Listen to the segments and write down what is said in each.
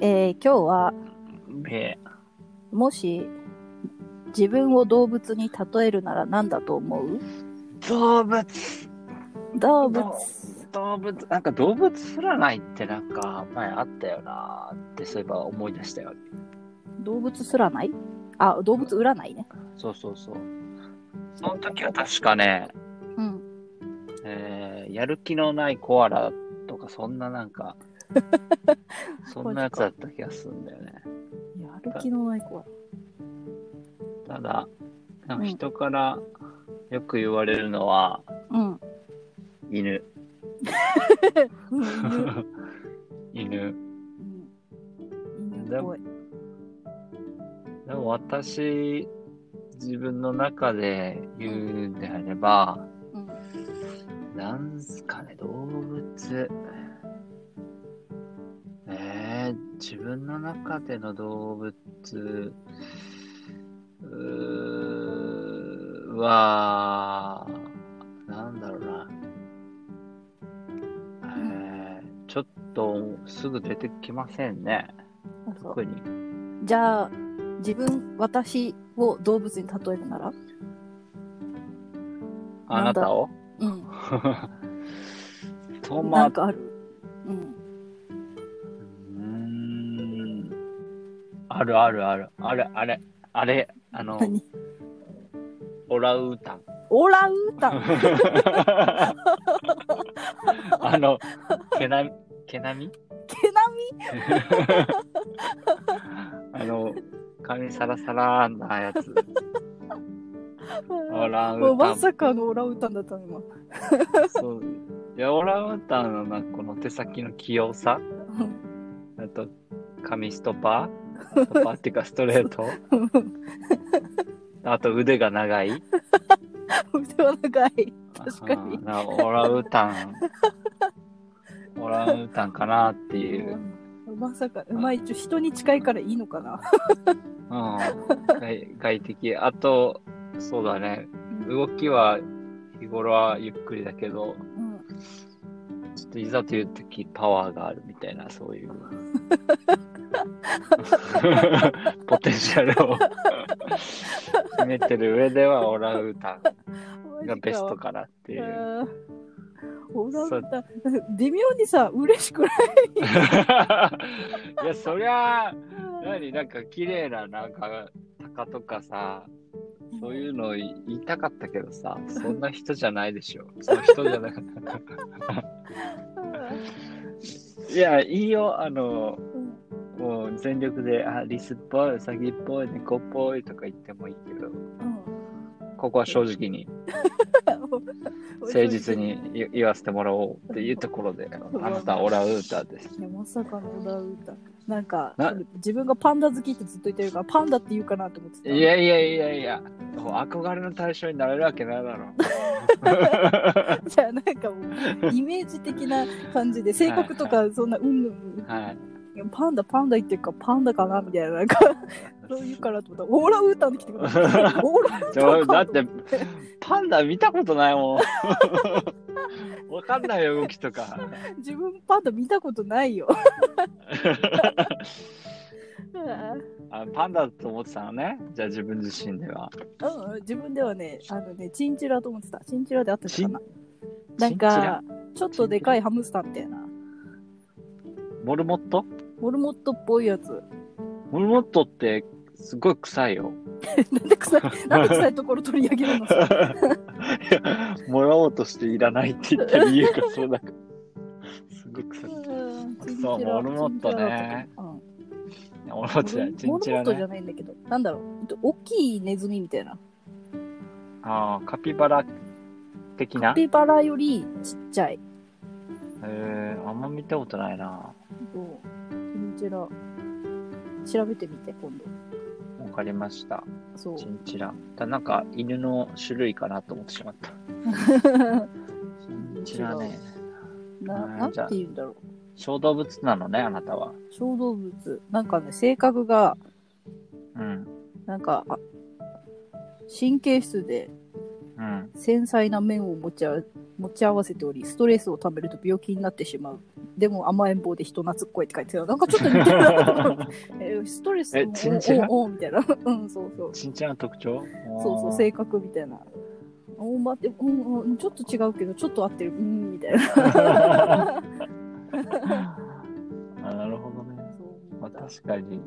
えー今日はえもし自分を動物に例えるなら何だと思うー動物動物動物なんか動物占いってなんか前あったよなーってそういえば思い出したよ動物すらないあ動物占いねそうそうそうその時は確かね、うんえーやる気のないコアラとかそんななん かそんなやつだった気がするんだよねやる気のない子はただなんか人からよく言われるのはうん犬うん犬 犬うん犬っぽいでも私、自分の中で言うんであれば、うんなんすかね、動物。えー、自分の中での動物、うーは、なんだろうな。えー、ちょっとすぐ出てきませんね、あそう特に。じゃあ自分私を動物に例えるならあななんだたをうんトなマんかあるうんうーんあるあるある。あれ、あれ、あれ、あの、何オラウータン。オランウータンあ の、毛並み、毛並み毛並みあの、髪サラサラなやつ。オラン ウもうータまン。さかのオランウータンだったの今そういや、オランウータンのなこの手先の器用さ、あと、髪ストパーストパーっていうかストレ ートあと腕が長い腕は長い確かにうんなオランウータンオランウータンかなっていう、うん、まさか、まあ一応人に近いからいいのかな。外外敵あとそうだね動きは日頃はゆっくりだけどうん、ちょっといざという時パワーがあるみたいなそう いうポテンシャルを秘めてる上ではオランウータンがベストかなっていマジう。か。オランウータン微妙にさ、嬉しくない。 いやそりゃあ何なんか綺麗ななんか鷹とかさそういうの言いたかったけどさそんな人じゃないでしょその人じゃなかった いやいいよあのうんもう全力であリスっぽいウサギっぽい猫っぽいとか言ってもいいけどここは正直にうん誠実。に言言わせてもらおうっていうところであなたはオランウータンですいやまさかのオランウータン。なんかな自分がパンダ好きってずっと言ってるからパンダって言うかなと思ってた。いやいやいやいや、もう憧れの対象になれるわけないだろう。じゃあなんかもうイメージ的な感じで性格とかそんなうんぬんはい。パンダパンダ言ってるからパンダかなみたいななんかそう言うからと思ったらオーラウータンで来てく れた。オーラウーちょだタンかって、パンダ見たことないもん。 わかんないよ、動きとか。自分パンダ見たことない よ。うあパンダと思ってたのね。じゃあ自分自身では。ん、自分ではね、あのね、チンチラと思ってた。チンチラであったかな。なチんンチラか、ちょっとでかいハムスターみたいな。モルモットモルモットっぽいやつ。モルモットってすごい臭いよ。 なんで臭い、なんで臭いところ取り上げるのさ。いやもらおうとしていらないって言った理由がそうだから。すごい臭い。うんチンチそうラモルモットね。モルモットチじゃない、ンチチラだったうんモルモッンチラトじねゃ。ないんだけど、なんだろう、大きいネズミみたいな。ああ、カピバラ的なカピバラよりちっちゃい。えー、あんま見たことないな。そうチンチラ。調べてみて、今度。わかりました。そう。チンチラ。だなんか犬の種類かなと思ってしまった。チンチラね。 なうんなんじゃあて言うんだろう小動物なのね、あなたは。小動物なんかね性格がうん。なんかあ神経質でうん。 繊細な面を持ちあ持ち合わせておりストレスをためると病気になってしまうでも甘えん坊で人懐っこいって書いてたなんかちょっと似てるなと思 ってえストレスえチンチラおおみたいな うんそうそうちんちゃんの特徴そうそう性格みたいなお待って、うんうん、ちょっと違うけどちょっと合ってるうんみたいなあーあなるほどね。まあ、確かに、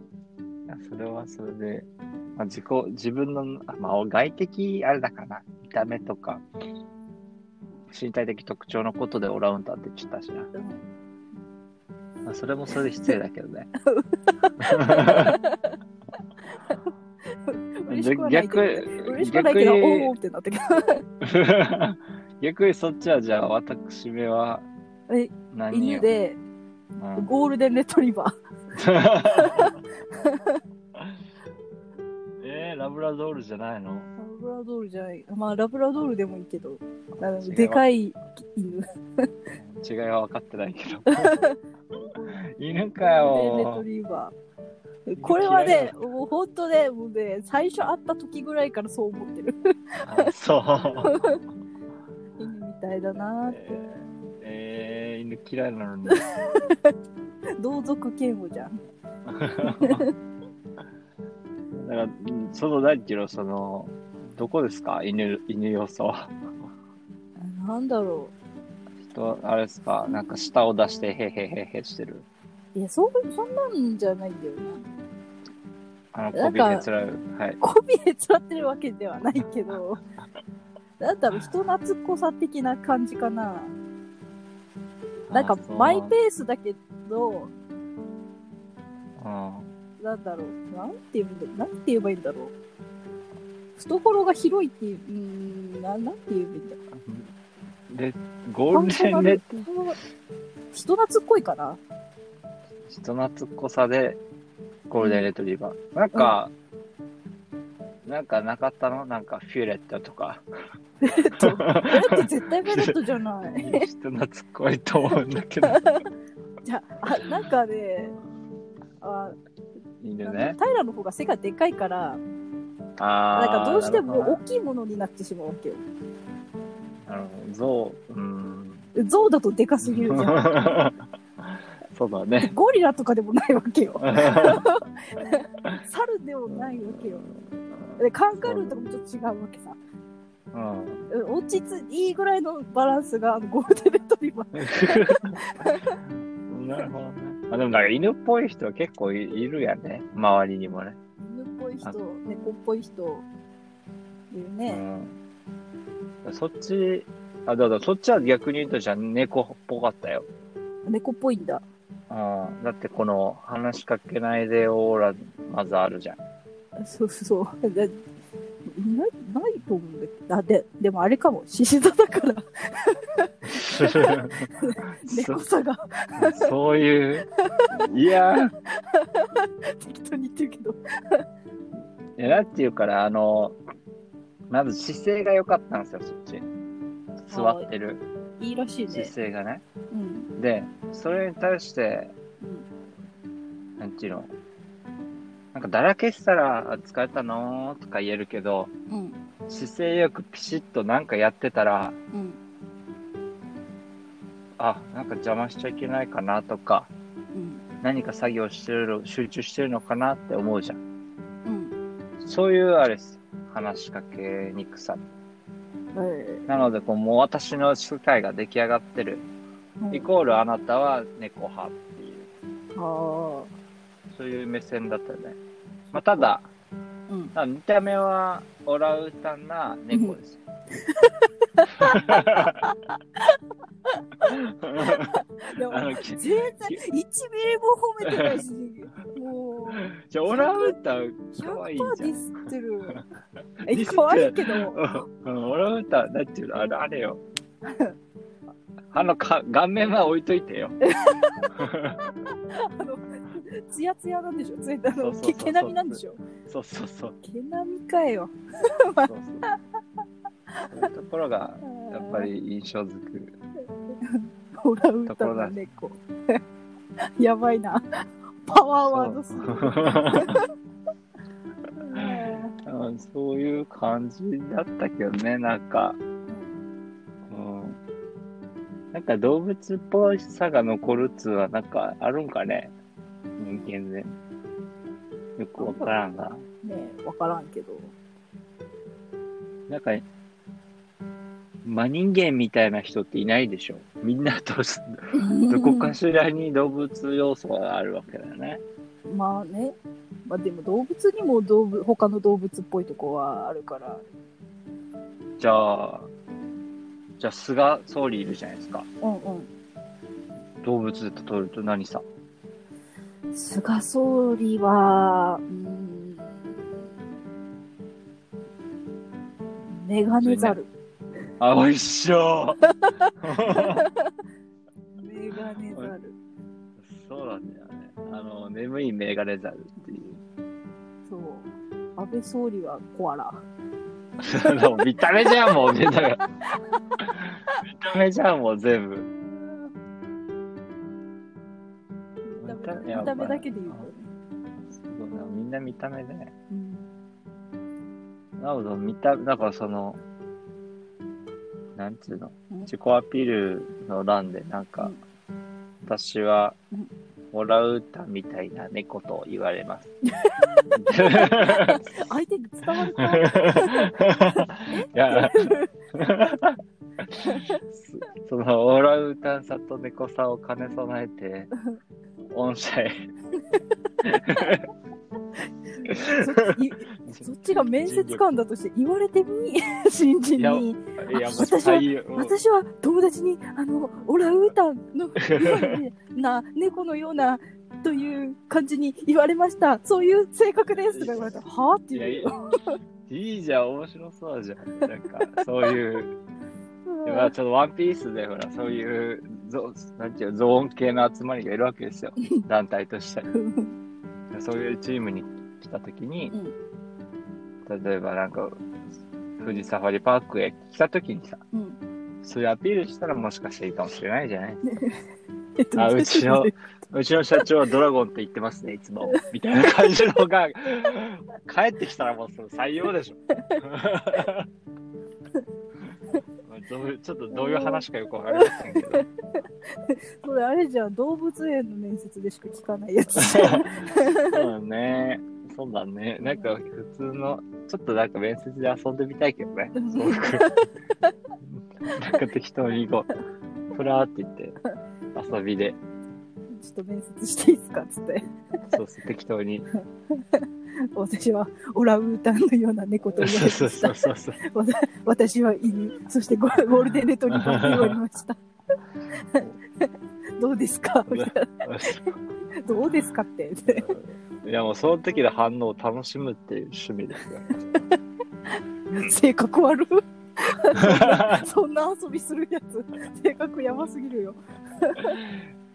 それはそれで、まあ、自己、自分の、あまあ、外的、あれだからな、見た目とか、身体的特徴のことでオランウータンって言っちゃったしな。うんまあ、それもそれで失礼だけどね。嬉しくはないけどね逆嬉しくはないけど逆におおってなってきた 逆にそっちは、じゃあ、私めはえ何を犬、でうんゴールデンレトリバーえー、ラブラドールじゃないのラブラドールじゃないまあラブラドールでもいいけどあの違うでかい犬違いは分かってないけ ど。犬かレトよ。リーバー。これはね、もう本当ね、もうね、最初会った時ぐらいからそう思ってる。あそう。犬みたいだなえーえー、犬嫌いなのに。同族嫌悪じゃん。だから、うんその何ていうの、その、どこですか犬、犬要素あは。なんだろ人、あれですかなんか舌を出して、へへへへしてる。う。いや、そう、そんなんじゃないんだよな。あの、なこんびかへつらう。はい。コビでつらってるわけではないけど、 なんだろう、人懐っこさ的な感じかな。なんかあ、そうマイペースだけど、うん。なんだろう、なんて言うんだ、なんて言えばいいんだろう。懐が広いっていう、うーん、ななんて言えばいいんだろうで、ゴールデンレッ人懐っこいかな人懐っこさでゴールデンレトリバー。なんか、なんかなかったのなんかフューレットとか。 これって絶対ベレットじゃない。人懐っこいと思うんだけど。じゃあ、あなんかね、あいいあのね。平の方が背がでかいから、あなあ。んかどうしてなるも大きいものになってしまうわけよ。ほどなるほど。ゾウ。うん。象だとでかすぎるじゃん。 そうだね。ゴリラとかでもないわけ よ。猿でもないわけよ。でカンガルーとかもちょっと違うわけさ。うん。うん落ち着いいぐらいのバランスがあのゴールデンレトリバー。なるほどね。あでもなんか犬っぽい人は結構いいるやね。周りにもね。犬っぽい人、猫っぽい人、いるね。うん、そっち、あ、だからそっちは逆に言うとじゃあ猫っぽかったよ。猫っぽいんだ。うん、だってこの話しかけないでオーラまずある じゃん。そうそう。でない、ないと思うんだけど。あ、で、でもあれかも。獅子座だ から、猫さがそそういう、いや適当に言ってるけど。ー、なんていうから、あの、まず姿勢が良かったんですよ、そっち。座ってるいいらしい姿ね。勢がね。うん。で、それに対して、うんなんていうの、なんかだらけしたら、あ疲れたのーとか言えるけど、うん。姿勢よくピシッとなんかやってたら、うん。あ、なんか邪魔しちゃいけないかなとか、うん。何か作業してるの、集中してるのかなって思うじゃん。うん。そういうあれです。話しかけにくさ。えなので、こう、もう私の世界が出来上がってる。ーイコールあなたは猫派っていう、あそういう目線だったよね。まあ、ただ、あ。うん。ただ見た目はオラウータンな猫ですよ。でもあ、のき全然、1ミリも褒めてないし、もう、じゃあオラウータン、可愛い100%じデゃんィス ってる。ディスってえ、る可愛いけど、うんオランウータン、なんていうの、あれあれよ。あのか、顔面は置いといてよ。あの、ツヤツヤなんでしょついあそうの、そうそ毛う毛並みなんでしょそうそうそう。毛並みかよ。そうそうそういうところが、やっぱり印象づく。オランウータンの猫。 やばいな。パワーワードすそぎうる。 うんうんそういう感じだったけどね、なんか。うんなんか動物っぽさが残るっつうのはなんかあるんかね人間で。よくわからんが。ねえ、わからんけど。なんか、真人間みたいな人っていないでしょみんなとし、どこかしらに動物要素があるわけだよね。まあね。まあでも動物にも動物、他の動物っぽいとこはあるから。じゃあ、じゃあ菅総理いるじゃないですか。うんう動物で例えると何さん。菅総理は、うーん。メガネザル。あ、おいっしょメガネザル。そうなんだよね。あの、眠いメガネザルっていう。そう。安倍総理はコアラ。そ の見た目じゃんもうねだから見た目じゃんもう全部見た目やっ見ぱた目だけで言うとね。そうだみんな見た目でうん。なおど見ただからそのなんつうのうん自己アピールの欄でなんか、うん私はうんオランウータンみたいな猫と言われます 相手に伝わるいか やそのオランウータンさんと猫さんを兼ね備え て御社へそっちいそっちが面接官だとして言われてみ新人いやに。いや、もう私は採用私は友達にあのオランウータンのような猫のようなという感じに言われましたそういう性格ですとか言われたらはあっていやいいういいいじゃん、面白そうじゃん。なんか、そういう、いやちょっとワンピースで、ほら、そういう、ゾなんていうのゾーン系の集まりがいるわけですよ。団体として。うんそういうチームに来たときにう、例えばなんか、富士サファリパークへ来たときにさ、うんそういうアピールしたらもしかしていいかもしれないじゃないえっとあうちのうちの社長はドラゴンって言ってますね、いつも。みたいな感じのが、帰ってきたらもうその採用でしょ。 どういうちょっとどういう話かよくわかりませんけど。それあれじゃん動物園の面接でしか聞かないやつそうだね。そうだね。なんか普通の、ちょっとなんか面接で遊んでみたいけどね。すごくなんか適当にこう、ふらーって言って、遊びで、ちょっと面接していいですかっつってそうそう、適当に。私はオランウータンのような猫と そう言われまそうしそたうそうそう。私は犬そ してゴゴールデンレトリバーと言われました どうですかみたいな どうですかって。 いやもうその時の反応を楽しむっていう趣味ですよ。性格悪 いそんな遊びするやつ、性格やばすぎるよ。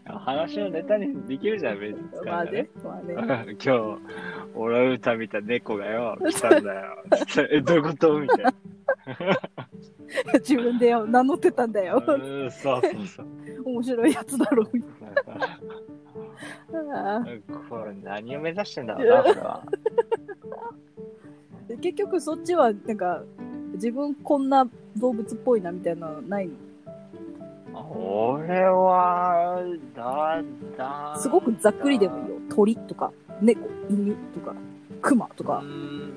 話のネタにできるじゃん、別に。まあね、まあね。 今日、オランウータンみたいな猫がよ、来たんだよ。 え、どういうことみたい な。自分でよ名乗ってたんだよ。うん、そうそうそう。面白いやつだろう。なんかあこれ何を目指してんだろうな、これは。ーで結局そっちは、なんか、自分こんな動物っぽいなみたいなのないの俺は、だ、だ。すごくざっくりでもいいよ。鳥とか、猫、犬とか、熊とうか。ーん、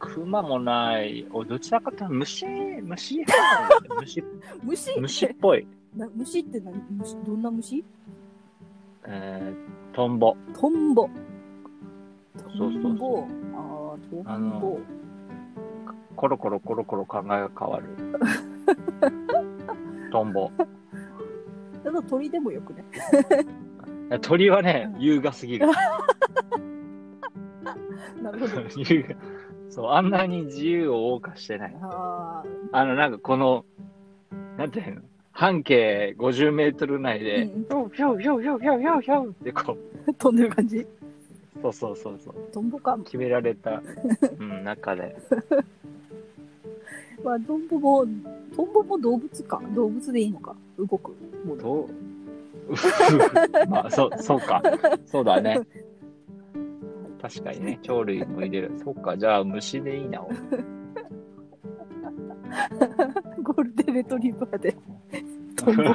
クマもない。おどちらかというと虫、虫派なんだよね虫虫虫っぽい。な虫って何虫どんな虫えー、トンボ。トンボ。トそうそうそうンボ。ああ、トあンボの。コロコロコロコロ考えが変 わる。トンボ。ただ鳥でもよくね。 鳥はね、優雅すぎる。 なるほど。優雅。そう、あんなに自由を謳歌してない。ああの、なんかこの、なんていうの半径50メートル内で、うんぴょんぴょんぴょんぴょんぴょんぴょんぴょんってこあ、飛んでる 感じう、そうそうそうそう。トンボか。決められた、うん、中で。まあ、トンボも、トンボも動物か。動物でいいのか。動くもの。 どうまあ、そう、そうか。そうだね。 確かにね、鳥類も入れる。そうか、じゃあ虫でいいな。俺ゴールデンレトリバー でトンボそ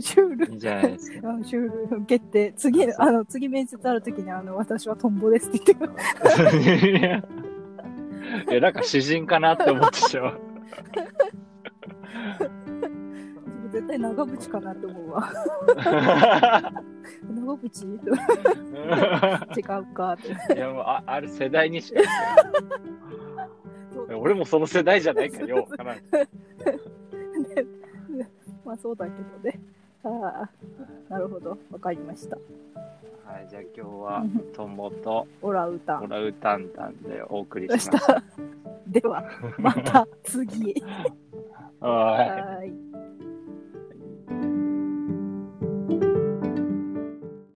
シューう、ルいいじゃないですか。あシュール受けて次あの次面接ある時にあの私はトンボですって言ってくる いや いや、なんか詩人かなって思ってしまう。 絶対長渕かなって思う わ長渕 違うかっていや、もう、あある世代にしかいない。俺もその世代じゃないからよ。わからん まあそうだけどねああなるほどわかりましたはい、じゃあ今日はトンボとオラウータオンラウータンタンでお送りし でまししたではまた次た。はい。はーい